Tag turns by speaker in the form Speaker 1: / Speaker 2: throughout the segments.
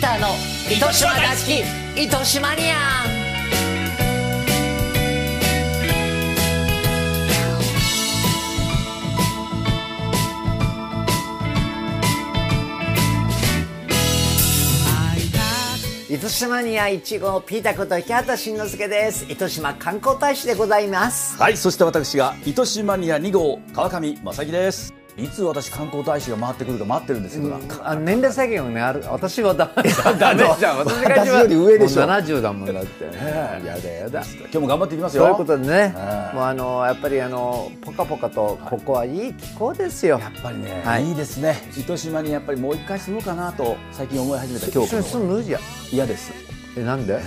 Speaker 1: ターの糸島大好き糸島ニアン糸島には一号ピータこと池畑慎之介です糸島観光大使でございます
Speaker 2: はい、そして私が糸島ニア2号川上正樹です。いつ私観光大使が回ってくるか待ってるんですけどな。
Speaker 1: あ年齢制限をねある私はダメだ
Speaker 3: ダメじゃん私が
Speaker 1: 私
Speaker 3: 一番
Speaker 1: より上でしょ
Speaker 3: もう70だもんだって
Speaker 2: え
Speaker 3: やだやだ
Speaker 2: 今日も頑張っていきますよ。
Speaker 1: そういうことでね
Speaker 2: は、い
Speaker 1: もうあのやっぱりあのポカポカとここはいい気候ですよ。
Speaker 2: やっぱりね、
Speaker 1: はい
Speaker 2: い、いですね。糸島にやっぱりもう一回住もうかなと最近思い始めた
Speaker 1: 一
Speaker 2: 今日
Speaker 1: 緒に
Speaker 2: この
Speaker 1: 住むじゃん。
Speaker 2: 嫌です。
Speaker 1: えなんで？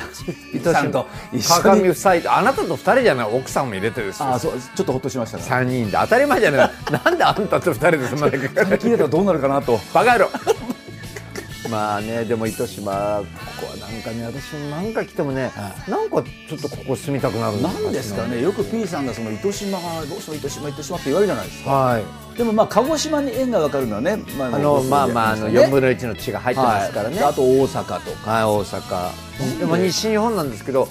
Speaker 2: さんと一緒に
Speaker 1: 川上
Speaker 2: に
Speaker 1: 夫妻とあなたと二人じゃない奥さんも入れてです
Speaker 2: あ
Speaker 1: よ
Speaker 2: あ、。そうちょっとほっとしましたね。
Speaker 1: 三人で当たり前じゃない。なんであんたと二人で住まなきゃいけない。
Speaker 2: 切れたらどうなるか なと。
Speaker 1: バカ野郎。まあねでも糸島ここはなんかね私も何回来てもね、なんかちょっとここ住みたくなる
Speaker 2: なんですかね。よく P さんがその糸島がどうしよう糸島糸島って言われるじゃないですか。
Speaker 1: はい。
Speaker 2: でもまあ鹿児島に縁がわかるのはね、ま
Speaker 1: あのまあまああの四分
Speaker 2: で
Speaker 1: の一の地が入ってま
Speaker 2: ますす
Speaker 1: か
Speaker 2: から
Speaker 1: ね。
Speaker 2: らね。はいあと大阪とか。
Speaker 1: はい、大阪。でも西日本なんですけど、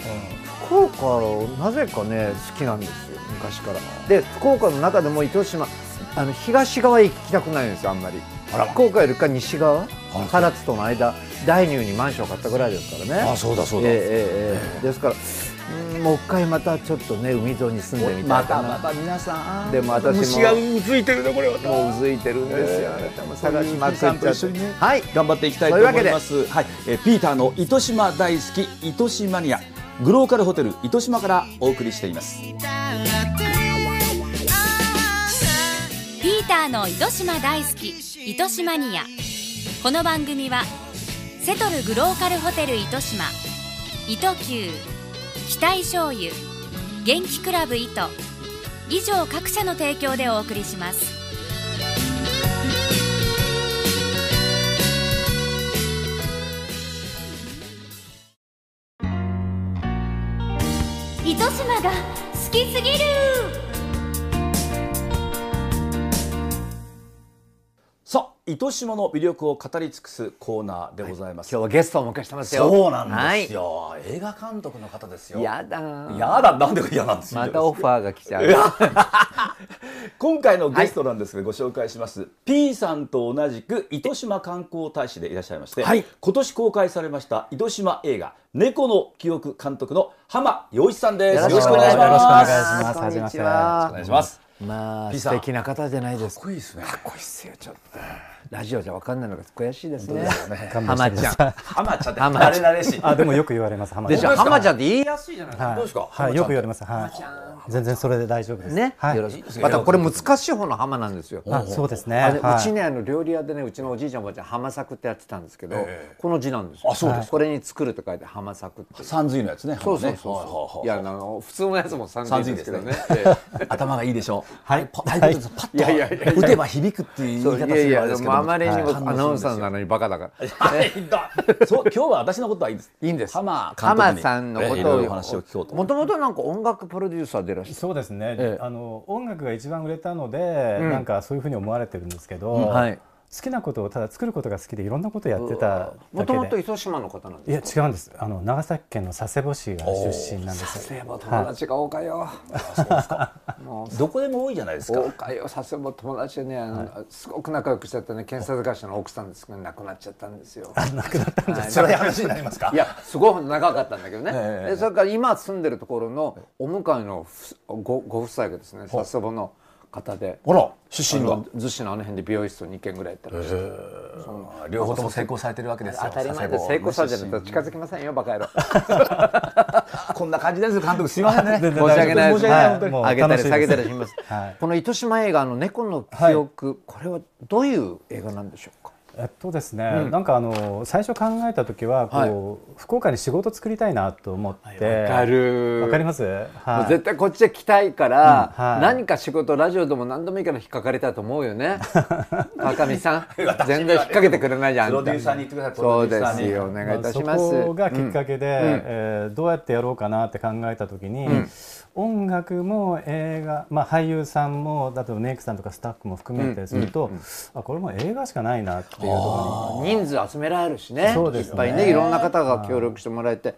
Speaker 1: 福岡をなぜかね、好きなんですよ、昔から。で、福岡の中でも糸島、あの東側へ行きたくないんですよ、あんまり。福岡よりか西側、唐津との間、大乳にマンションを買ったぐらいですからね。
Speaker 2: あそうだそうだ
Speaker 1: ええええええですから、うんもう一回またちょっとね、海沿いに住んでみた
Speaker 2: ま
Speaker 1: いか
Speaker 2: た
Speaker 1: な。
Speaker 2: また皆さん
Speaker 1: でも私も
Speaker 2: うついてるねこれは
Speaker 1: もううずいてるんですよ、ね。探しまくっちゃって。
Speaker 2: 一緒にね
Speaker 1: はい。
Speaker 2: 頑張っていきたい
Speaker 1: そ
Speaker 2: と
Speaker 1: ういうわ
Speaker 2: 思
Speaker 1: け
Speaker 2: い
Speaker 1: で
Speaker 2: ますはい、えーピーターの糸島大好き糸島ニアグローカルホテル糸島からお送りしています
Speaker 4: ピーターの糸島大好き糸島ニアこの番組はセトルグローカルホテル糸島糸球期待醤油元気クラブ糸以上各社の提供でお送りします糸島が好きすぎる
Speaker 2: さあ糸島の魅力を語り尽くすコーナーでございま
Speaker 1: 今
Speaker 2: す、
Speaker 1: 日はゲストをお迎えしてますよ。
Speaker 2: そうなんですよ、映画監督の方です
Speaker 1: は
Speaker 2: よ
Speaker 1: い。やだー。
Speaker 2: やだなんで嫌なんですよ
Speaker 1: またオファーが来ちゃう。
Speaker 2: 今回のゲストなんですが、ご紹介します P さんと同じく糸島観光大使でいらっしゃいまして、
Speaker 1: はい
Speaker 2: 今年公開されました糸島映画「猫の記憶」監督の浜洋一さんです
Speaker 3: よろしくお願いします
Speaker 1: よろし
Speaker 3: よ
Speaker 1: くお願いします。
Speaker 3: ろ
Speaker 1: こんに
Speaker 3: しくお願いします
Speaker 1: ち
Speaker 2: お
Speaker 1: は
Speaker 2: 願いします
Speaker 1: まあ
Speaker 2: P
Speaker 1: 素
Speaker 2: さん
Speaker 1: 敵な方じゃないですか。
Speaker 2: こいいですね
Speaker 1: かっこいいっすよちょっと。ラジオじゃわかんないのが悔しいですね。
Speaker 3: 勘
Speaker 1: 浜
Speaker 3: して
Speaker 1: ち
Speaker 3: く
Speaker 1: ゃ
Speaker 3: だ
Speaker 1: ん
Speaker 3: さい。
Speaker 2: 浜ちゃんって
Speaker 1: 浜ちゃん
Speaker 2: 慣れ慣れしい
Speaker 3: あでもよく言われます浜
Speaker 1: でしょ。
Speaker 3: ちゃん
Speaker 1: 浜ちゃんって言いやすいじゃないですか。
Speaker 3: はい
Speaker 2: どうですか
Speaker 3: はいよく言われますはい全然それで大丈夫です
Speaker 1: ね、
Speaker 3: はい
Speaker 1: よろしく。またこれ難しい方の浜なんですよ。
Speaker 3: あそうですね
Speaker 1: あれ
Speaker 3: はいう
Speaker 1: ちねあの料理屋でねうちのおじいちゃんおばあちゃん浜作ってやってたんですけど、この字なんですよ。あそうです。これに作ると書いて浜作って。
Speaker 2: さんずいのやつね
Speaker 1: そうそうそう
Speaker 2: 浜ね
Speaker 1: そ
Speaker 2: は
Speaker 1: う。い
Speaker 2: いは
Speaker 1: やあの普通のやつも三
Speaker 2: いはい
Speaker 1: 人ですけどね。
Speaker 2: 三髄ですね頭がいいでしょうはいパああいうことですパ
Speaker 1: いやいやいや
Speaker 2: ッと打てば響くっていう
Speaker 1: そ
Speaker 2: 言い
Speaker 1: い
Speaker 2: う方
Speaker 1: や
Speaker 2: す
Speaker 1: い
Speaker 2: れば
Speaker 1: や
Speaker 2: あれです
Speaker 1: で
Speaker 2: け
Speaker 1: も
Speaker 2: ど
Speaker 1: あまりに
Speaker 2: はい
Speaker 1: もアナウンサーなのにバカだから。
Speaker 2: はいそう今日は私のことはいいです。
Speaker 1: いいんです。
Speaker 2: 浜監督に
Speaker 1: 浜さんのこ
Speaker 2: ええい
Speaker 1: と
Speaker 2: ろ
Speaker 1: を
Speaker 2: いろお話を聞こうと。
Speaker 1: もともとなんか音楽プロデューサーでいらっしゃる。
Speaker 3: そうですね、
Speaker 1: ええ
Speaker 3: あの音楽が一番売れたので、なんかそういうふうに思われてるんですけど、
Speaker 1: んはい
Speaker 3: 好きなことをただ作ることが好きでいろんなことをやってた
Speaker 1: も
Speaker 3: だ
Speaker 1: と
Speaker 3: け
Speaker 1: もと
Speaker 3: で
Speaker 1: 糸島の方なんです。
Speaker 3: いや違うんですあの長崎県の佐世保市が出身なんです
Speaker 1: 佐世保友達が多かよ。もう
Speaker 2: どこでも多いじゃないですか
Speaker 1: 多。かよ佐世保友達でねあの、すごく仲良くしちゃったね検査会社の奥さんですけど亡くなっちゃったんですよ。亡くなったんです。
Speaker 2: 辛い話になりますか
Speaker 1: いやすごい長かったんだけどね、
Speaker 2: ええ
Speaker 1: でそれから今住んでるところのお向かいのふごご夫妻がですね佐世保の方で
Speaker 2: ほら、出
Speaker 1: あ
Speaker 2: 身が
Speaker 1: の。逗子のあの辺で美容室を2軒ぐらいやってらっしゃる
Speaker 2: 両方とも成功されてるわけですよ。
Speaker 1: 当たり前で成功さじゃないと近づきませんよバカ野郎
Speaker 2: こんな感じですよ、監督。すいませんね。
Speaker 3: 全然
Speaker 1: 申し訳ないです
Speaker 3: 申し訳ない本
Speaker 1: 上げた
Speaker 3: 当に
Speaker 1: り
Speaker 3: もう楽しいです
Speaker 1: 下げたりします、
Speaker 3: はい
Speaker 1: この糸島映画の猫の記憶、これはどういう映画なんでしょうか
Speaker 3: えっとですね、なんかあの最初考えた時はこう、福岡に仕事作りたいなと思ってわ
Speaker 1: わかる
Speaker 3: わかります、は
Speaker 1: もう絶対こっちで来たいから、
Speaker 3: うんはい
Speaker 1: 何か仕事ラジオでも何でもいいから引っかかれたと思うよ ね川上さん全然引っ掛けてくれないじゃん
Speaker 2: プロデューサーに言ってくださいプ
Speaker 1: そ
Speaker 2: ロ
Speaker 1: う
Speaker 2: デュ
Speaker 1: で
Speaker 2: ーサーに
Speaker 1: すよお願いいたします、
Speaker 3: あそこがきっかけで、えーどうやってやろうかなって考えた時に、音楽も映画、まあ、俳優さんもだとメイクさんとかスタッフも含めてすると、あこれも映画しかないなって
Speaker 1: っていうところに人数集められるしね
Speaker 3: そうですね
Speaker 1: いっぱいねいろんな方が協力してもらえて、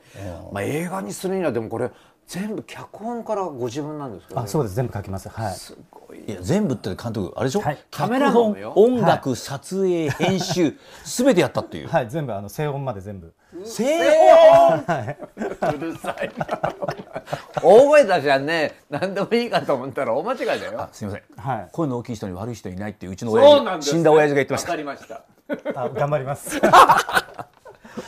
Speaker 1: まあ、映画にするにはでもこれ全部脚本からご自分なんですか、ね、
Speaker 3: あそうです全部書きますはい
Speaker 2: いや全部って監督あれでしょ、
Speaker 3: はい
Speaker 1: カメラマンもよ
Speaker 2: 音楽、撮影編集すべてやったっていう、
Speaker 3: はい全部あの静音まで全部
Speaker 2: 正音
Speaker 1: うるさい大声出しゃね何でもいいかと思ったら大間違いだよ
Speaker 2: あすみません、
Speaker 3: はい
Speaker 2: 声の大きい人に悪い人いないっていううちの
Speaker 1: そう
Speaker 2: 親
Speaker 1: なん
Speaker 2: 父
Speaker 1: です
Speaker 2: 死んだ親父が言ってました
Speaker 1: わかりました
Speaker 3: あ頑張ります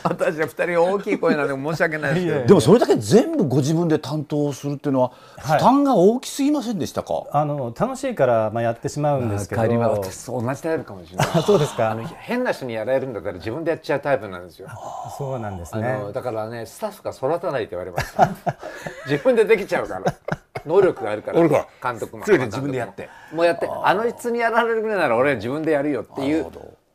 Speaker 1: 私は二人大きい声なんで申し訳ないですけど
Speaker 3: いえいえ
Speaker 2: でもそれだけ全部ご自分で担当するっていうのは負
Speaker 3: い
Speaker 2: 担が大きすぎませんでしたか、
Speaker 3: あの楽しいからまあやってしまうんですけど
Speaker 1: 帰りは私と同じタイプかもしれない
Speaker 3: あ そうですか
Speaker 1: 変な人にやられるんだったら自分でやっちゃうタイプなんですよ
Speaker 3: そうなんです
Speaker 1: あ
Speaker 3: ね
Speaker 1: のだからねスタッフが育たないって言われました自分でできちゃうから能力があるから
Speaker 2: 俺が
Speaker 1: 監督も
Speaker 2: ついに自分でやって
Speaker 1: もうやってあの人にやられるぐらいなら俺は自分でやるよっていう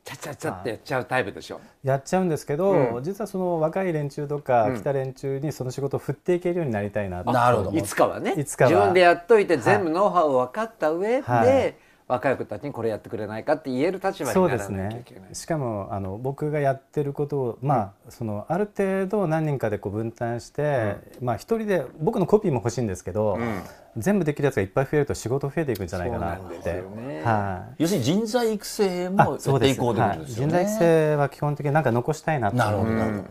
Speaker 1: ちゃちゃちゃってやっちゃうタイプでしょ
Speaker 3: やっちゃうんですけど、実はその若い連中とか来た連中にその仕事を振っていけるようになりたいなと
Speaker 2: なるほど
Speaker 1: いつかはね
Speaker 3: いつかは
Speaker 1: 自分でやっといて全部ノウハウを分かった上で、
Speaker 3: はい
Speaker 1: 若い子たちにこれやってくれないかって言える立場
Speaker 3: そ
Speaker 1: にな
Speaker 3: うで
Speaker 1: ら
Speaker 3: す
Speaker 1: なきゃい
Speaker 3: ね
Speaker 1: けない。
Speaker 3: しかもあの僕がやってることを、まあ、そのある程度何人かでこう分担して、まあ、一人で僕のコピーも欲しいんですけど、全部できるやつがいっぱい増えると仕事増えていくんじゃないかな
Speaker 1: そうなん
Speaker 3: っ
Speaker 1: です
Speaker 3: て
Speaker 1: よね
Speaker 3: はい
Speaker 2: 要するに人材育成
Speaker 3: あ
Speaker 2: もや
Speaker 3: そう
Speaker 2: って
Speaker 3: で
Speaker 2: い
Speaker 3: す
Speaker 2: こうということ
Speaker 3: はい
Speaker 2: ですよ
Speaker 3: 人
Speaker 2: ね、
Speaker 3: 材性は基本的になんか残したいなって
Speaker 2: なるほどなる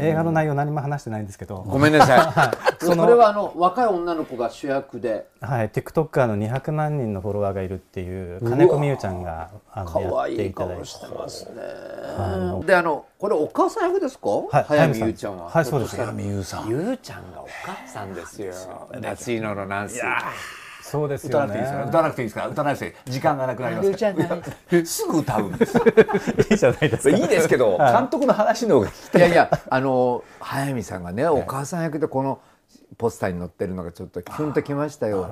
Speaker 3: 映画の内容何も話してないんですけど、
Speaker 1: ごめんな さい。そ
Speaker 3: その
Speaker 1: れはあの若い女の子が主役で、
Speaker 3: はい、TikToker の200万人のフォロワーがいるっていう金子美優ちゃんがあ
Speaker 1: 可
Speaker 3: のやっ
Speaker 1: 愛い
Speaker 3: ていただい
Speaker 1: 顔
Speaker 3: て
Speaker 1: してますね。で、あのこれお母さん役ですか？
Speaker 3: はい
Speaker 1: 早見
Speaker 3: 早見さん
Speaker 1: 優ちゃんは。
Speaker 3: はいそうで
Speaker 1: ひ
Speaker 3: す
Speaker 1: ょっとしたら
Speaker 2: 早見優さん
Speaker 1: 優ちゃんがお母さんですよ。夏井ののなんす。
Speaker 3: そうです
Speaker 2: 歌わ
Speaker 3: よ
Speaker 2: なくていいですから
Speaker 3: ね
Speaker 2: 歌わなくていいですから歌わなくていいです時間がなくなりますから すぐ歌うんですよ
Speaker 3: いいじゃないですか
Speaker 2: いいですけど監督の話の方が聞き
Speaker 1: いやいや、あの早見さんがね、お母さん役でこのポスターに載ってるのがちょっとキュンときましたよ。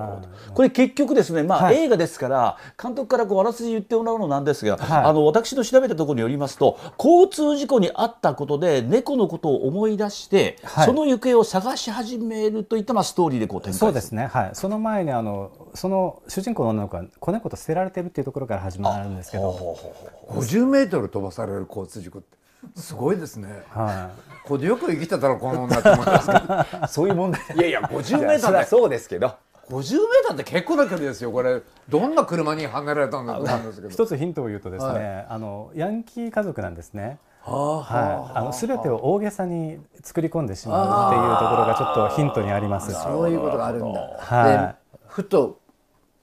Speaker 2: これ結局ですね、まあ
Speaker 3: はい
Speaker 2: 映画ですから監督からこうあらすじ言ってもらうのなんですが、
Speaker 3: はい
Speaker 2: あの私の調べたところによりますと交通事故に遭ったことで猫のことを思い出して、
Speaker 3: はい
Speaker 2: その行方を探し始めるといった、まあ、ストーリーでこう展開
Speaker 3: そうですね、はい、その前にあのその主人公の女の子は子猫と捨てられてるっていうところから始まるんですけど、
Speaker 1: 50メートル飛ばされる交通事故ってすごいですね。
Speaker 3: は
Speaker 1: これよく生きてたらこの女って思ったんですけど。
Speaker 2: そういう問題
Speaker 1: いやいや、50メートル
Speaker 2: そり
Speaker 1: だ
Speaker 2: ゃ
Speaker 1: よ。
Speaker 2: そうですけど
Speaker 1: 50メートルって結構な距離ですよ。これどんな車にはねられたんだと思うんですけど。
Speaker 3: い、一つヒントを言うとですね、あのヤンキー家族なんですね。はい、あの全てを大げさに作り込んでしまうっていうところがちょっとヒントにあります。
Speaker 1: そういうことがあるんだ。
Speaker 3: は
Speaker 1: で、ふと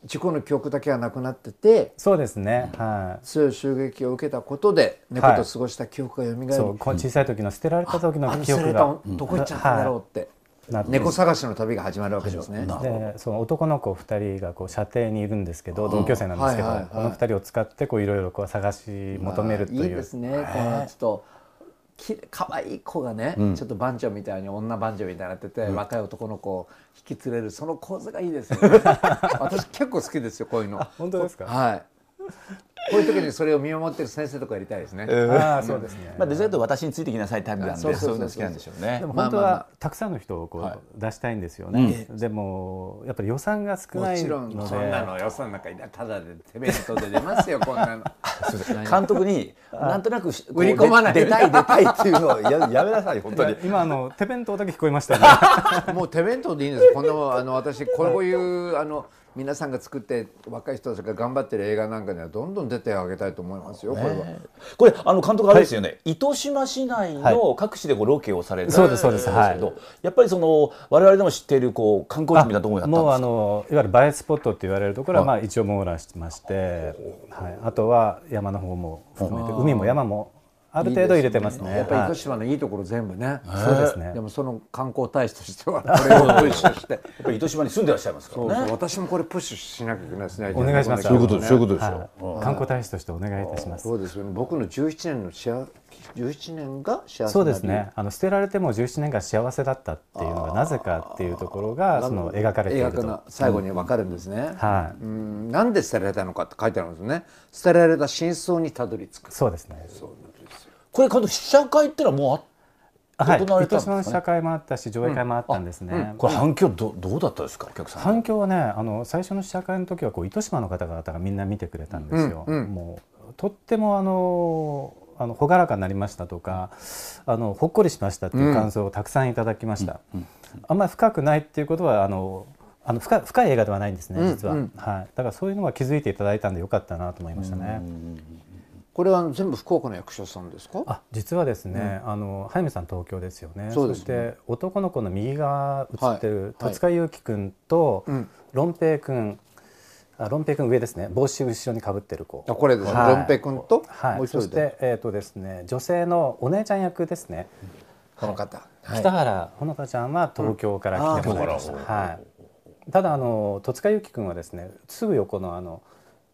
Speaker 1: 事故の記憶だけはなくなってて、
Speaker 3: そうですね、はい。
Speaker 1: 強い襲撃を受けたことで猫と過ごした記憶が蘇り、
Speaker 3: そう、こう小さい時の捨てられた時の
Speaker 1: あの
Speaker 3: 記
Speaker 1: 捨てら
Speaker 3: 憶
Speaker 1: れた
Speaker 3: が
Speaker 1: ど、こ行っちゃったんだろうって、
Speaker 3: なって
Speaker 1: 猫探しの旅が始まるわけですね。
Speaker 3: でその男の子2人がこう射程にいるんですけど同級生なんですけど、
Speaker 1: はいはいはい
Speaker 3: この2人を使ってこういろいろこう探し求めるという、
Speaker 1: いいですね。このちょっと。き可愛い子がね、ちょっと番長みたいに女番長みたいになってて、若い男の子を引き連れるその構図がいいですよ ね私結構好きですよこういうの
Speaker 3: 本当ですか
Speaker 1: はいこういう時にそれを見守ってる先生とかやりたいですね、
Speaker 3: ああそうですね、
Speaker 2: まあ、デザート私についてきなさいタイプなんで
Speaker 1: そ
Speaker 2: そうう
Speaker 1: そうそうそう
Speaker 2: いうの好きなんでしょうね
Speaker 3: でも
Speaker 1: まあ
Speaker 3: 本当
Speaker 1: まあま
Speaker 3: はたくさんの人をこう出したいんですよね、でもやっぱり予算が少
Speaker 1: も
Speaker 3: ない
Speaker 1: ちろ
Speaker 3: ので
Speaker 1: んそんなのよその中にただで手弁当で出ますよこんなの
Speaker 2: 監督 になんとなく
Speaker 1: 売り込まない
Speaker 2: こう出出たい出たいっていうのをややめな さい本当
Speaker 3: い
Speaker 2: に
Speaker 3: や今あの手弁当だけ聞こえました ね
Speaker 1: もう手弁当でいいんですこんなもんあの私こういうあの皆さんが作って若い人たちが頑張ってる映画なんかにはどんどん出てあげたいと思いますよこれは。
Speaker 2: これあの監督あれですよね、糸島市内の各地でこうロケをされた
Speaker 3: そうですそうですはい
Speaker 2: けどやっぱりその我々でも知っているこう観光地みたいなところになったん
Speaker 3: もう
Speaker 2: で
Speaker 3: あ
Speaker 2: すか
Speaker 3: のいわゆる映えスポットって言われるところは、まあ、一応網羅してまして、はい、あとは山の方も含めて海も山もある程度入れてますね
Speaker 1: やっぱり
Speaker 3: はい
Speaker 1: 糸島のいいところ全部ね。
Speaker 3: そうですね
Speaker 1: でもその観光大使としてはこれをプッシュ して。
Speaker 2: やっぱり糸島に住んでらっしゃいますか
Speaker 1: そう
Speaker 2: ら
Speaker 1: そう
Speaker 2: ね
Speaker 1: 私もこれプッシュしなきゃいけないですね。
Speaker 3: お願いします
Speaker 1: こんな企画ね
Speaker 2: そういうことですよ
Speaker 3: はい、観光大使としてお願いいたします
Speaker 1: そ。うですよね。僕の17年の幸せ、17年が幸せな理由
Speaker 3: そうですね。あの捨てられても17年間幸せだったっていうのがなぜかっていうところがその描かれている
Speaker 1: 映画
Speaker 3: と。
Speaker 1: の最後に分かるんですね。
Speaker 3: は
Speaker 1: う
Speaker 3: い。
Speaker 1: ん、なんで捨てられたのかって書いてあるんですね。捨てられた真相にたどり着く。
Speaker 3: そうですね。
Speaker 2: これ監督試写会ってのはもうあっ
Speaker 3: はい。
Speaker 2: 行われたん
Speaker 3: 糸
Speaker 2: ですかね
Speaker 3: 島の試写会もあったし上映会もあったんですね。
Speaker 2: これ反響どどうだったですかお客さん
Speaker 3: 反響はね、あの最初の試写会の時はこう糸島の方々がみんな見てくれたんですよ。もうとってもあのあの朗らかになりましたとかあのほっこりしましたっていう感想をたくさんいただきました、あんまり深くないっていうことはあのあの深い深い映画ではないんですね実は、
Speaker 1: うんうん
Speaker 3: はい、だからそういうのは気づいていただいたんでよかったなと思いましたね、
Speaker 1: これは全部福岡の役所さんですか
Speaker 3: あ実はですね、あの早見さん東京ですよね
Speaker 1: そうで
Speaker 3: そ
Speaker 1: すね
Speaker 3: して男の子の右側映ってる、
Speaker 1: はい
Speaker 3: 戸塚優樹くんと、
Speaker 1: うん
Speaker 3: ロンペイくんあロンペイくん上ですね帽子後ろにかぶってる子
Speaker 1: あこれですね
Speaker 3: はい
Speaker 1: ロンペイくんと
Speaker 3: はい
Speaker 1: もう一人で
Speaker 3: そしてえっ、とですね女性のお姉ちゃん役ですね、
Speaker 1: この方はい
Speaker 3: 北原ほのかちゃんは東京から来てもらいました、
Speaker 2: うんあー
Speaker 3: はい、ただあの戸塚優樹くんはですねすぐ横のあの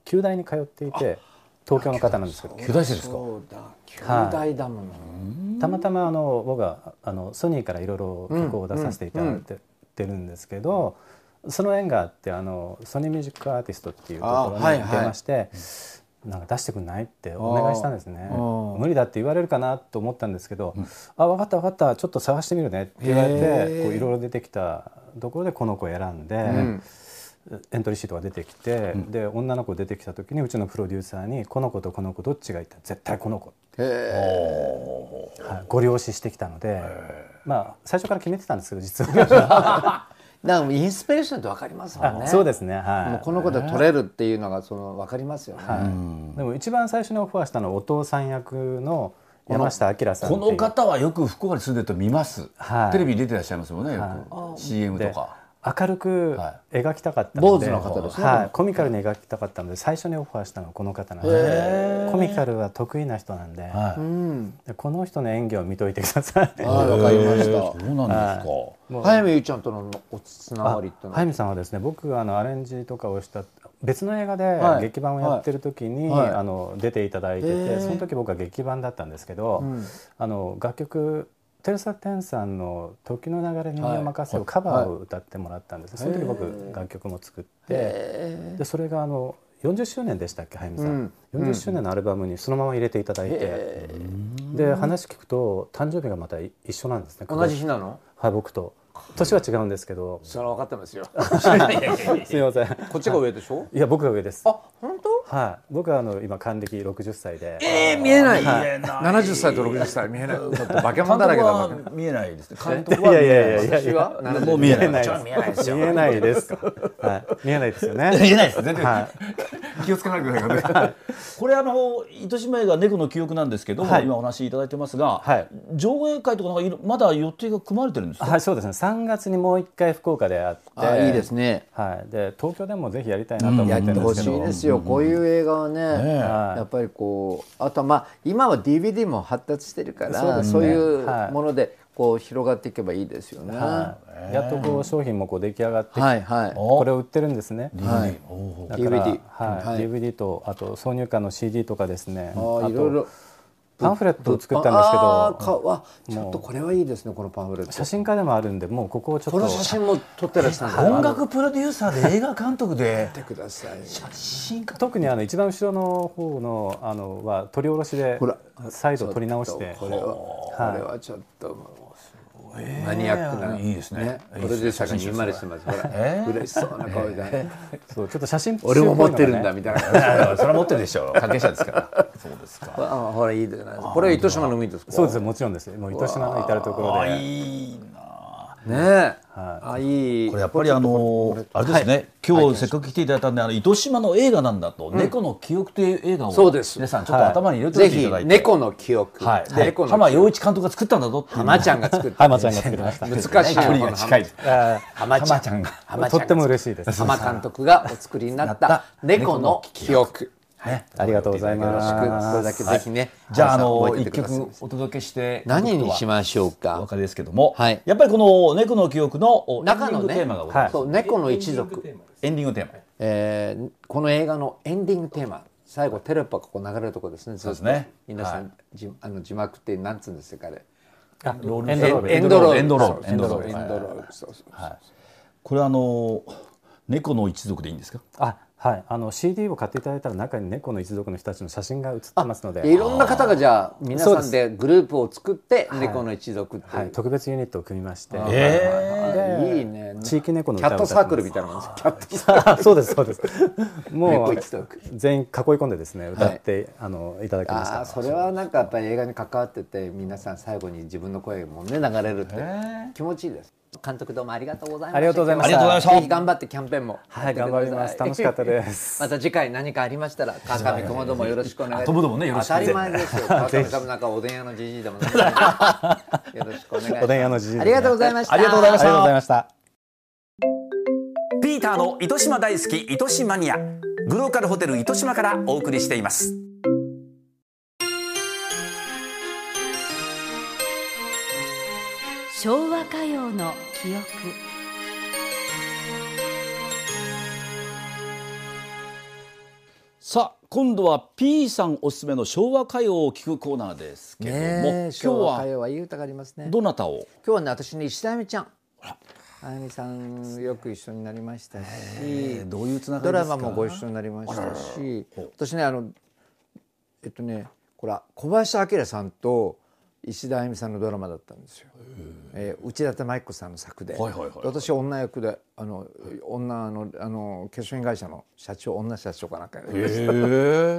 Speaker 3: 旧大に通っていて東京の方なんですけど
Speaker 2: 巨大生ですか
Speaker 1: そうだ九
Speaker 3: はい
Speaker 1: 大だもん、
Speaker 3: たまたまあの僕はあのソニーからいろいろ曲を出させていただいて,、るんですけど、その縁があってあのソニーミュージックアーティストっていうところに
Speaker 1: あはいはい
Speaker 3: 出まして、なんか出してくんないってお願いしたんですね
Speaker 1: あー
Speaker 3: 無理だって言われるかなと思ったんですけど「あ分かった分かったちょっと探してみるね」って言われ
Speaker 1: へ
Speaker 3: て
Speaker 1: ー
Speaker 3: こういろいろ出てきたところでこの子を選んで。
Speaker 1: うん
Speaker 3: エントリーシートが出てきて、で女の子出てきた時にうちのプロデューサーに「この子とこの子どっちがいい?」って絶対この子」
Speaker 1: へ
Speaker 3: はい、ご了承してきたので、まあ最初から決めてたんですけど実は、
Speaker 1: えだからインスピレーションってわかりますもんね
Speaker 3: そうです
Speaker 1: ね
Speaker 3: ねはい
Speaker 1: もうこの子で取れるっていうのがそのわかりますよね、
Speaker 3: はい、でも一番最初にオファーしたのはお父さん役の山下明さん
Speaker 2: こ
Speaker 3: ってい
Speaker 2: の
Speaker 3: う
Speaker 2: 方はよく福岡に住んでると見ます、
Speaker 3: はい
Speaker 2: テレビに出てらっしゃいますもんねよく、CM と
Speaker 3: で
Speaker 2: か
Speaker 3: 明るく描きたかった
Speaker 1: 坊
Speaker 3: の
Speaker 1: 主
Speaker 3: で、
Speaker 1: の方ですね
Speaker 3: はい、コミカルに描きたかったので最初にオファーしたのはこの方なんでコミカルは得意な人なんで、
Speaker 2: は
Speaker 1: うん
Speaker 3: でこの人の演技を見といてください。
Speaker 1: はいわかりました
Speaker 2: へーそうなんですか、
Speaker 3: もう
Speaker 1: 早見優ちゃんとのおつな
Speaker 3: あ
Speaker 1: がりってのは
Speaker 3: 早見さんはですね僕があのアレンジとかをした別の映画で
Speaker 1: はい
Speaker 3: 劇版をやってる時に、
Speaker 1: はい
Speaker 3: あの出ていただいてて、
Speaker 1: へー
Speaker 3: その時僕は劇版だったんですけど、
Speaker 1: ん
Speaker 3: あの楽曲テレサ・テンさんの「時の流れに身を任せ」
Speaker 1: は
Speaker 3: を
Speaker 1: い
Speaker 3: カバーを歌ってもらったんです、その時
Speaker 1: へ
Speaker 3: 僕
Speaker 1: ー
Speaker 3: 楽曲も作って
Speaker 1: へ
Speaker 3: でそれがあの40周年でしたっけ早見さん、
Speaker 1: うん
Speaker 3: 40周年のアルバムにそのまま入れていただいて、で話聞くと誕生日がまた一緒なんですね
Speaker 1: ー同じ日なの
Speaker 3: はい僕と年は違うんですけど
Speaker 1: それは分かってますよ
Speaker 3: すみません
Speaker 1: こっちが上でしょ
Speaker 3: いや僕が上です。
Speaker 1: あ本当
Speaker 3: はい、僕はあの今還暦60歳で、
Speaker 1: えー、見えない
Speaker 2: 見えない
Speaker 1: 70歳と60歳見えないだって化け
Speaker 2: 監
Speaker 1: 物だら
Speaker 2: 督
Speaker 1: けだもん
Speaker 2: は見えないですね監督は見
Speaker 3: いやいや
Speaker 2: え
Speaker 3: いや
Speaker 2: ない
Speaker 1: 私
Speaker 2: い
Speaker 3: や
Speaker 1: は70
Speaker 2: もう見えない
Speaker 3: 見えな
Speaker 1: 見
Speaker 3: い
Speaker 1: えないですよ
Speaker 3: 見えないですか。はい、見えないです よね。
Speaker 2: 見えないです全然
Speaker 3: は
Speaker 1: 気をつけなきゃい けないからね
Speaker 2: これあの糸島映画猫の記憶なんですけど、
Speaker 3: はい
Speaker 2: 今お話しいただいてますが、
Speaker 3: はい
Speaker 2: 上映会とかなんかいろまだ予定が組まれてるんです
Speaker 3: い、
Speaker 2: か、
Speaker 3: はい、そうですね。3月にもう一回福岡であって、
Speaker 1: あいいですね
Speaker 3: はい、で東京でもぜひやりたいなと思っ
Speaker 1: や
Speaker 3: て
Speaker 1: って
Speaker 3: るん
Speaker 1: ほ
Speaker 3: で
Speaker 1: し
Speaker 3: す
Speaker 1: い
Speaker 3: けど。
Speaker 1: ですよ、こういう映画はね、
Speaker 3: はい
Speaker 1: やっぱりこうあとはまあ今は DVD も発達してるからそう,、
Speaker 3: そうですね
Speaker 1: い
Speaker 3: は
Speaker 1: う
Speaker 3: い
Speaker 1: ものでこう広がっていけばいいですよね、は
Speaker 3: はい、やっとこう商品もこう出来上がってき
Speaker 1: い、
Speaker 3: て、
Speaker 1: はい
Speaker 3: これを売ってるんですね。
Speaker 1: はい
Speaker 2: ねおうおう
Speaker 3: だから、
Speaker 1: DVD
Speaker 3: は
Speaker 1: はい
Speaker 3: い、DVD とあと挿入歌の CD とかですね。
Speaker 1: あ
Speaker 3: あと
Speaker 1: ーいろいろ
Speaker 3: パンフレットを作ったんですけ
Speaker 1: あー
Speaker 3: ど、
Speaker 1: かわちょっとこれはいいですねこのパンフレッ
Speaker 3: 写
Speaker 1: ト
Speaker 3: 真家でもあるんで、もうここをちょっと
Speaker 1: この写真も撮ってらっしゃるんだ
Speaker 2: 音楽プロデューサーで映画監督で
Speaker 1: 見てください
Speaker 2: 進化
Speaker 3: 特にあの一番後ろの方のあのは取り下ろしで
Speaker 1: ほら
Speaker 3: 再度取り直して
Speaker 1: これはこ
Speaker 3: はい
Speaker 1: れはちょっともうマニアックない
Speaker 2: いですね
Speaker 1: プロデューサーがにんまりしてますほら嬉しそうな顔じゃない
Speaker 3: そうちょっと写真集っぽい
Speaker 1: 俺
Speaker 3: の
Speaker 1: も
Speaker 3: がね
Speaker 1: 持ってるんだみたいな
Speaker 2: それは持ってるでしょう関係者ですからそうですか
Speaker 1: あほらいいですねこれは糸島の海ですか
Speaker 3: そうですもちろんですもう糸島の至るところ
Speaker 2: あ
Speaker 3: で
Speaker 2: いいな
Speaker 1: ねえあいい
Speaker 2: これやっぱりあのあれですね、今日せっかく来ていただいたんであの糸島の映画なんだと、猫の記憶という映画を
Speaker 1: そうです
Speaker 2: 皆さんちょっと頭に入れてお
Speaker 1: ぜ
Speaker 2: いてい
Speaker 1: ひ
Speaker 2: ただいて、
Speaker 1: 猫の記憶
Speaker 2: はい、で
Speaker 1: 猫の
Speaker 2: 浜
Speaker 1: 記憶
Speaker 2: 洋一監督が作ったんだぞっていう
Speaker 1: 浜ちゃんが作った
Speaker 3: 浜ちゃんが作りました
Speaker 1: 難しい
Speaker 2: 距離が近い
Speaker 3: あ
Speaker 1: 浜ちゃん
Speaker 2: 浜ちゃんが
Speaker 1: 浜ちゃんが
Speaker 3: とっても嬉しいです
Speaker 1: 浜監督がお作りになった猫の記憶
Speaker 2: ね
Speaker 3: ありがとうございます
Speaker 1: よろしくこれだけぜひね
Speaker 2: じゃああ
Speaker 1: 皆
Speaker 2: の
Speaker 1: さん覚えて
Speaker 2: 一
Speaker 1: てください
Speaker 2: 曲お届けして
Speaker 1: 何にし
Speaker 2: す
Speaker 1: ましょう
Speaker 2: お
Speaker 1: か
Speaker 2: 別れですけども、
Speaker 1: はい
Speaker 2: やっぱりこの猫の記憶のお
Speaker 1: 中の
Speaker 2: エンディングテ
Speaker 1: ね
Speaker 2: ーマがございます、
Speaker 1: そう猫の一族
Speaker 2: エンディングテーマ
Speaker 1: えーこの映画のエンディングテーマ最後テロップがここ流れるとこですねずっと
Speaker 2: そうですね
Speaker 1: 皆さん、
Speaker 2: は
Speaker 1: じあの字幕ってなんつうんですかあれ
Speaker 3: あロール
Speaker 1: エ
Speaker 3: エ
Speaker 1: ン
Speaker 3: ン
Speaker 1: ド
Speaker 3: ド
Speaker 1: ロール
Speaker 3: ロール
Speaker 1: エ
Speaker 3: エ
Speaker 1: ン
Speaker 3: ン
Speaker 1: ド
Speaker 3: ド
Speaker 1: ロ
Speaker 3: ロ
Speaker 1: ール
Speaker 2: エンドロール
Speaker 1: そうエンドロールエンド
Speaker 2: エンドロール
Speaker 1: ロールそうそう
Speaker 2: はいこれあの猫の一族でいいんですか
Speaker 3: あはいあの CD を買っていただいたら中に猫の一族の人たちの写真が写ってますので
Speaker 1: いろんな方がじゃあ皆
Speaker 3: そう
Speaker 1: さ
Speaker 3: で
Speaker 1: ん
Speaker 3: す
Speaker 1: でグループを作って猫の一族っていう、
Speaker 3: はい、特別ユニットを組みまして、
Speaker 2: え
Speaker 1: ね
Speaker 3: で
Speaker 1: いいね
Speaker 3: 地域猫の
Speaker 1: キ
Speaker 3: 歌
Speaker 1: ャッ
Speaker 3: を歌
Speaker 1: トサ
Speaker 3: って
Speaker 1: ー
Speaker 3: ます
Speaker 1: クルみたいなもん ですキャットサー
Speaker 3: あそうですそうですも
Speaker 1: 猫
Speaker 3: う
Speaker 1: 一族
Speaker 3: 全員囲い込んでですね歌って、あのいただき
Speaker 1: クル
Speaker 3: まし
Speaker 1: あ
Speaker 3: た
Speaker 1: あそれはなんかやっぱり映画に関わってて皆さん最後に自分の声もね流れるって気持ちいいです監督どうもありがとうございました
Speaker 3: ありがとうございました
Speaker 1: 今日は
Speaker 3: ありがとうございました
Speaker 1: ぜひ頑張ってキャンペーンも
Speaker 3: はい
Speaker 1: やってくださ
Speaker 3: 頑張ります楽しかったで す
Speaker 1: また次回何かありましたら川上くもどもよろしくお願いします
Speaker 2: あともどもねよろしく
Speaker 1: 当たり前 ですよ川上さんもなんかおでん屋のじじいでもなんかねよろしくお願いします
Speaker 3: おでん屋のじじいで
Speaker 1: あ
Speaker 3: も
Speaker 1: り
Speaker 3: ね
Speaker 1: がとうございました
Speaker 2: ありがとうございま
Speaker 3: ありがとうございました
Speaker 5: ピーターの糸島大好き糸島ニアグローカルホテル糸島からお送りしています
Speaker 4: 昭和歌謡の記憶
Speaker 2: さあ今度は P さんおすすめの昭和歌謡を聞くコーナーですけども、
Speaker 1: ねえ
Speaker 2: 今日
Speaker 1: 昭和歌謡
Speaker 2: は
Speaker 1: はいい歌がありますね
Speaker 2: どなたを
Speaker 1: 今日はね私ね石田あゆみちゃんあゆみさんよく一緒になりましたし
Speaker 2: どういうつなが
Speaker 1: ド
Speaker 2: りで
Speaker 1: ラ
Speaker 2: すか
Speaker 1: マもご一緒になりましたし私ねあのえっとねこれは小林明さんと石田あゆみさんのドラマだったんですよ、えー、内館真紀子さんの作で、
Speaker 2: はいはいはいはい
Speaker 1: 私は女役であの女のあの化粧品会社の社長女社長かなんかやりまし
Speaker 2: へ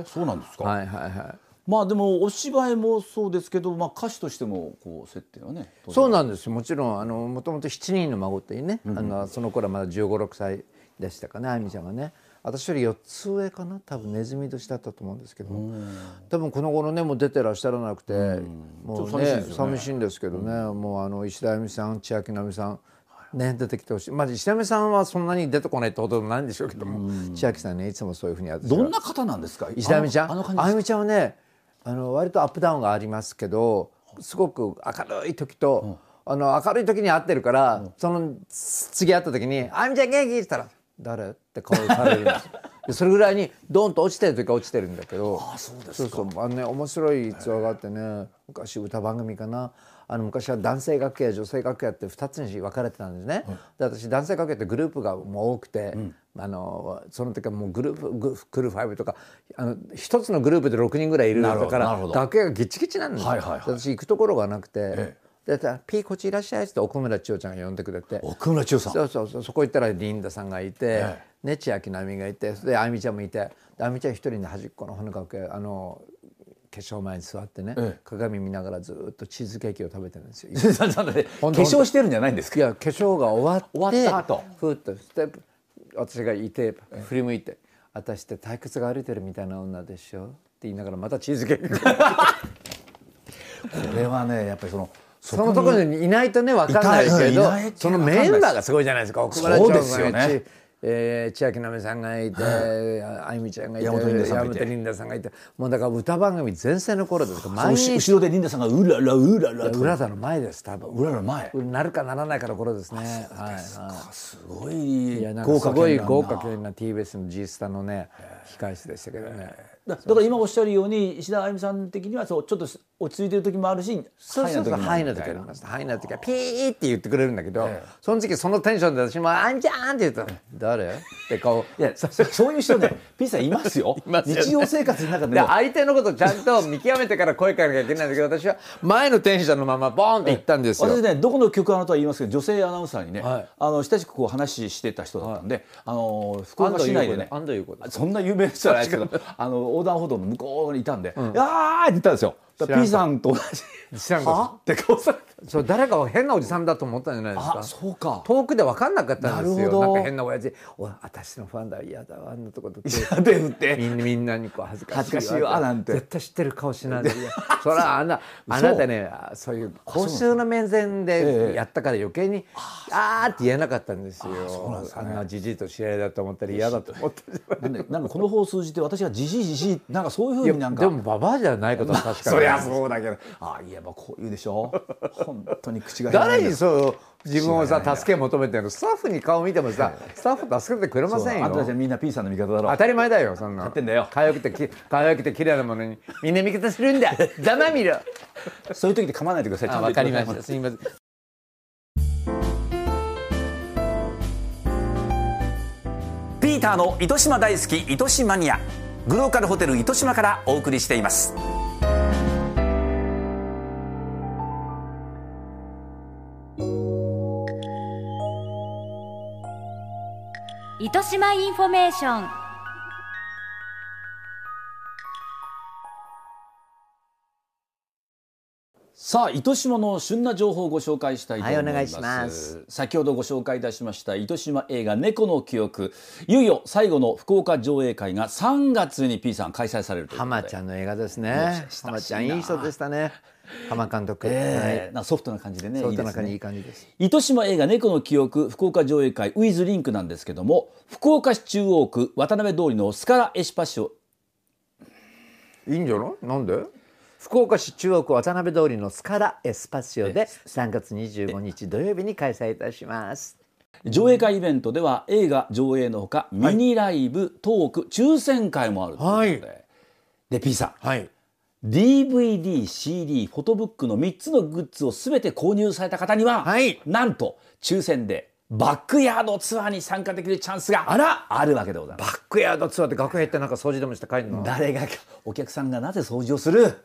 Speaker 2: えそうなんです
Speaker 1: た
Speaker 2: か、
Speaker 1: はいはいはい
Speaker 2: まあでもお芝居もそうですけど、まあ、歌手としてもこう設定はね
Speaker 1: そう
Speaker 2: な
Speaker 1: なんですよもちろんあのもともと7人の孫っていうね、あのその頃はまだ1 5六6歳でしたかねあゆみちゃんがね私より4つ上かな多分ネズミ年だったと思うんですけども多分この頃ねもう出てらっしゃらなくて、もうね寂しいんですけどね、もうあの石田あゆみさん千秋奈美さんね、出てきてほしい、まあ、石田あゆみさんはそんなに出てこないってことでもないんでしょうけども、千秋さんねいつもそういうふうに私は
Speaker 2: どんな方なんですか
Speaker 1: 石田あゆみちゃん
Speaker 2: あのあの感じ
Speaker 1: あゆみちゃんはねあの割とアップダウンがありますけどすごく明るい時と、あの明るい時に会ってるから、そのつ次会った時に「あゆみちゃん元気?」って言ったら「誰?」って顔されるん ですでそれぐらいにドンと落ちてる時は落ちてるんだけどあそうですそうそうあのね面白い逸話があってね昔歌番組かなあの昔は男性楽屋女性楽屋って2つに分かれてたんですね、で私男性楽屋ってグループがもう多くて、あのその時はもうグループググループ5とかあの一つのグループで6人ぐらいいる
Speaker 2: なるほ
Speaker 1: だ
Speaker 2: ど
Speaker 1: から
Speaker 2: なるほど
Speaker 1: 楽屋がギチギチなんですよ、
Speaker 2: はいはいはい
Speaker 1: で私行くところがなくて、
Speaker 2: え
Speaker 1: でたらピーこっちいらっしゃい」って奥村千代ちゃんが呼んでくれて
Speaker 2: 奥村千代さん
Speaker 1: そうそうそうそこ行ったらリンダさんがいて、
Speaker 2: え
Speaker 1: ね千秋奈美がいてそれであゆみちゃんもいてであゆみちゃん一人で端っこのほのかけあの化粧前に座ってね、
Speaker 2: ええ
Speaker 1: 鏡見ながらずっとチーズケーキを食べてるん ですよ。
Speaker 2: ちょっと待って化粧してるんじゃないんです
Speaker 1: い
Speaker 2: か
Speaker 1: や化粧が終わって
Speaker 2: 終わった後
Speaker 1: ふーっとして私がいて振り向いて「私って退屈が歩いてるみたいな女でしょ」って言いながらまたチーズケーキ
Speaker 2: これはねやっぱりその
Speaker 1: そのところにいないとね分かんないですけ
Speaker 2: い
Speaker 1: ど
Speaker 2: ない
Speaker 1: そのメンバーがすごいじゃないですか奥村
Speaker 2: そう
Speaker 1: 長
Speaker 2: です
Speaker 1: さん
Speaker 2: よ
Speaker 1: がいて
Speaker 2: ね、
Speaker 1: えー千秋奈美さんがいてああゆみちゃんがいて
Speaker 2: 山本リンダさんがいて
Speaker 1: 山本リンダさんがいてもうだから歌番組全盛の頃ですから毎
Speaker 2: 後
Speaker 1: 日
Speaker 2: 後ろでリンダさんがうららうららと
Speaker 1: 裏田の前です多分
Speaker 2: うらら前
Speaker 1: なるかならないかの頃ですねはいはい
Speaker 2: すごい
Speaker 1: いやなんか
Speaker 2: 豪
Speaker 1: す
Speaker 2: 華
Speaker 1: ごい
Speaker 2: 絢爛な
Speaker 1: 豪華絢爛な TBS の G スタのね控室でしたけどね
Speaker 2: だだから今おっしゃるように石田あゆみさん的にはそうちょっと落ち着いてる時もあるし
Speaker 1: そうそうそうハ
Speaker 2: ハ
Speaker 1: イ
Speaker 2: イ
Speaker 1: な
Speaker 2: な
Speaker 1: 時
Speaker 2: 時
Speaker 1: あり
Speaker 2: もあるみたいな
Speaker 1: ましたハイな時はピーって言ってくれるんだけど
Speaker 2: ええ
Speaker 1: その時そのテンションで私も「あんちゃん」って言ったら「誰?」って顔
Speaker 2: いやそそういう 人ね P さんいますよ
Speaker 1: ますよね
Speaker 2: 日常生活の中で
Speaker 1: で
Speaker 2: も
Speaker 1: 相手のことをちゃんと見極めてから声かけなきゃいけないんだけど私は前のテンションのままボーンって行ったんですよ
Speaker 2: 私ねどこの局アナとは言いますけど女性アナウンサーにね、
Speaker 1: はい
Speaker 2: あの親しくこう話してた人だったんで、あの福岡市内でね
Speaker 1: 安藤優子だ安藤優子だ
Speaker 2: そんな有名な人じゃないですけどあの横断歩道の向こうにいたんで「あー!」って言ったんですよ。だから
Speaker 1: 知
Speaker 2: P さんと同じ
Speaker 1: 知らんかった
Speaker 2: はって顔された
Speaker 1: そう誰かを変なおじさんだと思ったんじゃないですか
Speaker 2: あそうか
Speaker 1: 遠くで分かんなかったんです
Speaker 2: なる
Speaker 1: よ
Speaker 2: ほ
Speaker 1: な
Speaker 2: ど
Speaker 1: んか変な親父おい私のファンだ嫌だわあんなとこ で
Speaker 2: やで振って
Speaker 1: みんみんなにこう恥ずかしい
Speaker 2: 恥ずかしいわなんて
Speaker 1: 絶対知ってる顔しないでいやそれはあなあなたねあそういう公衆の面前
Speaker 2: え
Speaker 1: で
Speaker 2: え
Speaker 1: やったから余計にあーって言えなかったんですよあんなじじいと知り合いだと思ったら嫌だと思ったり
Speaker 2: なんでなんかこの放送通じて私はじじいじじいなんかそういうふ
Speaker 1: いうや
Speaker 2: になんか
Speaker 1: でもババアじゃないことは確かに
Speaker 2: そりゃそうだけどああ言えばこう言うでしょ本当に口が減らな
Speaker 1: 誰
Speaker 2: いんで
Speaker 1: に
Speaker 2: す
Speaker 1: そう自分をさ助け求めてるのスタッフに顔見てもさスタッフ助けてくれません
Speaker 2: あんたたちは
Speaker 1: よ
Speaker 2: みんな P さんの味方だろ
Speaker 1: 当たり前だよそんな
Speaker 2: ってんだよ
Speaker 1: かわくてきかわくて綺麗なものにみんな味方するん だざまみろ
Speaker 2: そういう時で噛まないでくださいちゃ
Speaker 1: あ
Speaker 2: んと
Speaker 1: わかりま
Speaker 2: 言って
Speaker 1: し
Speaker 2: くだ
Speaker 1: た
Speaker 2: さ
Speaker 1: す
Speaker 2: い
Speaker 1: みません
Speaker 5: ピーターの糸島大好き糸島ニアグローカルホテル糸島からお送りしています
Speaker 4: 糸島インフォメーション
Speaker 2: さあ糸島の旬な情報をご紹介したいと思います,、
Speaker 1: はいお願いします
Speaker 2: 先ほどご紹介いたしました糸島映画「猫の記憶」いよいよ最後の福岡上映会が3月に P さん開催されるということで
Speaker 1: 浜ちゃんの映画です
Speaker 2: もう親し
Speaker 1: ね
Speaker 2: い。な
Speaker 1: 浜ちゃんいい人でしたね。浜監督。
Speaker 2: ええ
Speaker 1: はい
Speaker 2: なんかソフトな感じでね
Speaker 1: そう
Speaker 2: いい
Speaker 1: 田
Speaker 2: です
Speaker 1: 中にい
Speaker 2: ね
Speaker 1: い感じです。
Speaker 2: 糸島映画「猫の記憶」福岡上映会ウィズリンクなんですけども福岡市中央区渡辺通りのスカラエシパシオ
Speaker 1: いいんじゃない？なんで？福岡市中央区渡辺通りのスカラエスパシオで3月25日土曜日に開催いたします。
Speaker 2: 上映会イベントでは映画上映のほかミニライブ、トーク抽選会もあるということで、で P さん
Speaker 1: はい。
Speaker 2: DVD、CD、フォトブックの3つのグッズを全て購入された方には、
Speaker 1: はい
Speaker 2: なんと抽選でバックヤードツアーに参加できるチャンスがあるわけでございま
Speaker 1: バ
Speaker 2: す。
Speaker 1: ックヤードツアーって楽屋行ってなんか掃除でもして帰るの。
Speaker 2: 誰がお客さんがなぜ掃除をする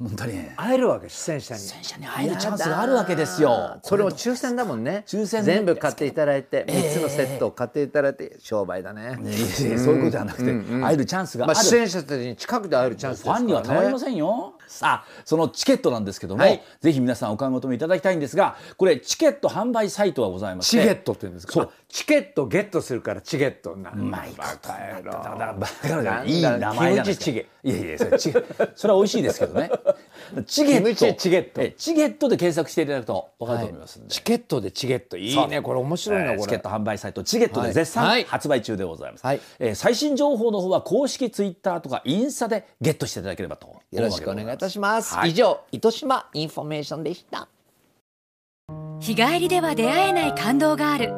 Speaker 2: 本当に
Speaker 1: 会えるわけ出演者に。出
Speaker 2: 演者に会えるチャンスがあるわけですよ
Speaker 1: それも抽選だもんね。
Speaker 2: 抽選なんですけど
Speaker 1: 全部買っていただいて3つのセットを買っていただいて商売だね。
Speaker 2: いやいやいやそういうことじゃなくて、会えるチャンスがあ
Speaker 1: ま
Speaker 2: る、
Speaker 1: あ出演者たちに近くで会えるチャンスです
Speaker 2: フ
Speaker 1: から
Speaker 2: ァ
Speaker 1: ね。
Speaker 2: ンにはたまりませんよ。さあ、そのチケットなんですけども、
Speaker 1: はい
Speaker 2: ぜひ皆さんお買い求めいただきたいんですが、これチケット販売サイトはございまして、
Speaker 1: チゲットって言うんですか。
Speaker 2: そう
Speaker 1: チケットゲットするからチゲットになる。
Speaker 2: まあ、いくつだった
Speaker 1: バカ野郎
Speaker 2: だバカ野郎じゃないいい
Speaker 1: な
Speaker 2: 名
Speaker 1: んだ
Speaker 2: 前じゃない
Speaker 1: キムチ
Speaker 2: ですか
Speaker 1: チゲ
Speaker 2: いやいやそ れチゲそれは美味しいですけどねチゲット
Speaker 1: キムチチゲット
Speaker 2: えチゲットで検索していただくと分かると思いますんで、
Speaker 1: チケットでチゲットい
Speaker 2: そう
Speaker 1: いねこれ面白い
Speaker 2: え
Speaker 1: な
Speaker 2: ー
Speaker 1: こ
Speaker 2: チケッ
Speaker 1: れ
Speaker 2: ト。販売サイトチゲットで絶
Speaker 1: は
Speaker 2: 賛
Speaker 1: い
Speaker 2: 発売中でございます、
Speaker 1: はい
Speaker 2: えー最新情報の方は公式ツイッターとかインスタでゲットしていただければと思うわけ
Speaker 1: よ
Speaker 2: で
Speaker 1: ろ
Speaker 2: ご
Speaker 1: し
Speaker 2: ざ
Speaker 1: くお願いいた
Speaker 2: ます
Speaker 1: します。
Speaker 2: はい
Speaker 1: 以上糸島インフォメーションでした。
Speaker 4: 日帰りでは出会えない感動がある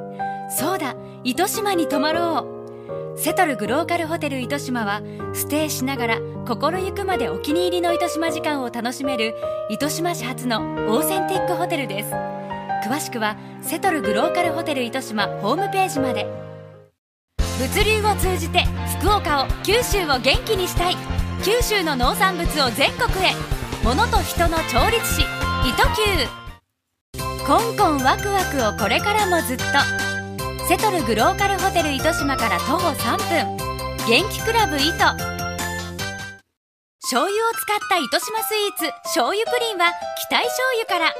Speaker 4: そうだ糸島に泊まろうセトルグローカルホテル糸島はステイしながら心ゆくまでお気に入りの糸島時間を楽しめる糸島市発のオーセンティックホテルです詳しくはセトルグローカルホテル糸島ホームページまで物流を通じて福岡を九州を元気にしたい九州の農産物を全国へ物と人の調律師糸球コンコンワクワクをこれからもずっとセトルグローカルホテル糸島から徒歩3分元気クラブ糸醤油を使った糸島スイーツ醤油プリンは期待醤油から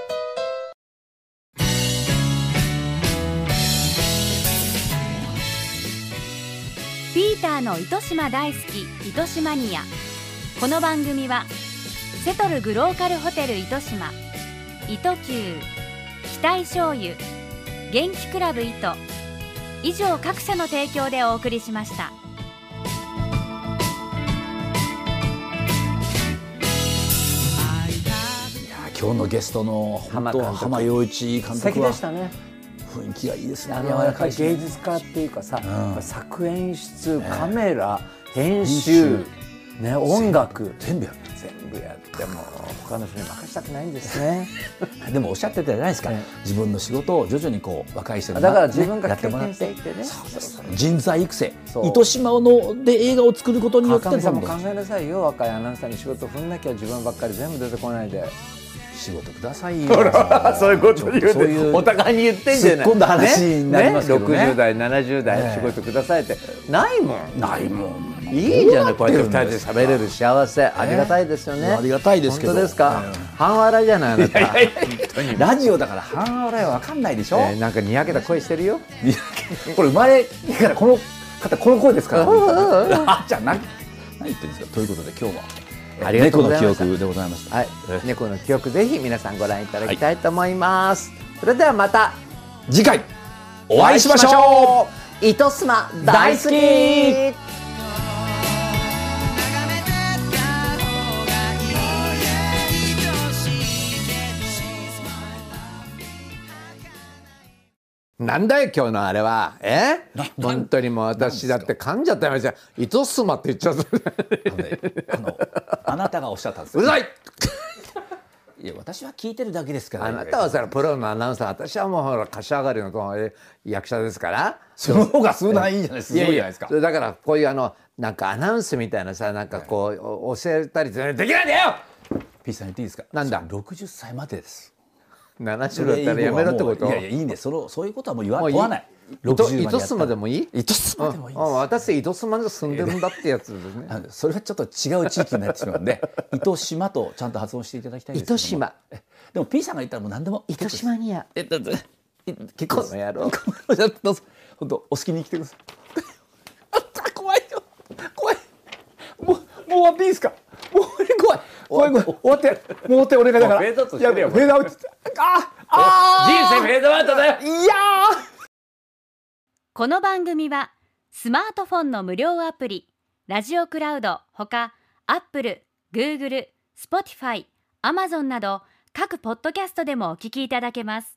Speaker 4: ピーターの糸島大好き糸島ニアこの番組はセトルグローカルホテル糸島糸球期待醤油元気クラブ糸以上各社の提供でお送りしました。
Speaker 2: いやー今日のゲストの本
Speaker 1: 浜
Speaker 2: 当
Speaker 1: 監督
Speaker 2: 浜洋一監督は
Speaker 1: ね。
Speaker 2: 雰囲気がいいですね
Speaker 1: あの
Speaker 2: 柔
Speaker 1: や
Speaker 2: ら
Speaker 1: っぱ
Speaker 2: かい
Speaker 1: り
Speaker 2: し
Speaker 1: 芸術家っていうかさ、やっぱ作演出、カメラ、編
Speaker 2: 編
Speaker 1: 集、ね音楽、
Speaker 2: 全部やって
Speaker 1: 全部やっても他の人に任したくないんです ね。
Speaker 2: るでもおっしゃってたじゃないですか、
Speaker 1: え
Speaker 2: 自分の仕事を徐々にこう若い人に
Speaker 1: だから自分
Speaker 2: ね
Speaker 1: が
Speaker 2: やって
Speaker 1: 経
Speaker 2: もらっ
Speaker 1: 験
Speaker 2: て
Speaker 1: していってね。
Speaker 2: 人材育成
Speaker 1: そう
Speaker 2: 糸島ので映画を作ることによって
Speaker 1: 川上さ
Speaker 2: ど
Speaker 1: ん
Speaker 2: ん
Speaker 1: も
Speaker 2: ど
Speaker 1: 考
Speaker 2: ん
Speaker 1: えなさいよ若いアナウンサーに仕事踏んなきゃ自分ばっかり全部出てこないで
Speaker 2: 仕事くださいよ
Speaker 1: そういうこと言うて
Speaker 2: そういう
Speaker 1: お互いに言ってんじゃない
Speaker 2: 突っ込んだ話になりますけどね
Speaker 1: 60代70代
Speaker 2: ええ
Speaker 1: 仕事くださいってないもん
Speaker 2: ないもん
Speaker 1: いいじゃないこうやって二人で
Speaker 2: どう
Speaker 1: 喋れる幸せありがたいですよね
Speaker 2: ありがたいですけど
Speaker 1: 本当ですか半笑いじゃないあなた
Speaker 2: ラジオだから半笑いはわかんないでしょ、
Speaker 1: えーなんかにやけた声してるよ
Speaker 2: いや これ生まれてからこの方この声ですから、 あじゃあ何何言ってるんですかということで今日は
Speaker 1: ありがとうございました
Speaker 2: 猫の記憶でございました、
Speaker 1: はい
Speaker 2: えー
Speaker 1: 猫の記憶ぜひ皆さんご覧いただきたいと思いますそれではまた
Speaker 2: 次回お会いしましょう
Speaker 1: う糸島大好
Speaker 2: 大
Speaker 1: きなんだよ今日のあれはえ本当にもう私だって噛んじゃったよじゃあ糸島って言っちゃった
Speaker 2: あのねあのあなたがおっしゃったんです
Speaker 1: う
Speaker 2: よ
Speaker 1: ざい
Speaker 2: いや私は聞いてるだけですから
Speaker 1: あなたはさプロのアナウンサー私はもうほら柏上がりのこの役者ですから
Speaker 2: その方が数段いいじゃないですかすごいじゃないですか
Speaker 1: それだからこういうあのなんかアナウンスみたいなさなんかこうお教えたり全然できないんだよ
Speaker 2: P さん言っていいですか
Speaker 1: なんだ
Speaker 2: 六十歳までです
Speaker 1: 70だったらやめろってこと
Speaker 2: いやいやいいんですそのそういうことはもう言わ
Speaker 1: もういい
Speaker 2: 問わない
Speaker 1: 糸
Speaker 6: 60までやった
Speaker 1: 島でもいい
Speaker 6: 糸島でもいいです
Speaker 1: うんうん私糸島に住んでるんだってやつですね
Speaker 6: あのそれはちょっと違う地域になってしまう んで糸島とちゃんと発音していただきたいんですけども
Speaker 1: 糸島
Speaker 6: えでも P さんが言ったらもう何でも糸島にやえっと結
Speaker 1: こ
Speaker 6: 構
Speaker 1: の野郎
Speaker 6: この野郎どうぞ本当お好きに来てくださいあった怖いよ怖いもうもう終わっていいですかもう怖い怖い怖い終わってやる もう終わって俺がだから
Speaker 5: もうフェードアウトして
Speaker 6: や
Speaker 5: る
Speaker 6: め
Speaker 5: よ
Speaker 6: よフェードアウトああ
Speaker 5: 人生フェードアウトだよ
Speaker 6: ーいやー
Speaker 4: この番組はスマートフォンの無料アプリラジオクラウドほかアップル、グーグル、スポティファイ、アマゾンなど各ポッドキャストでもお聞きいただけます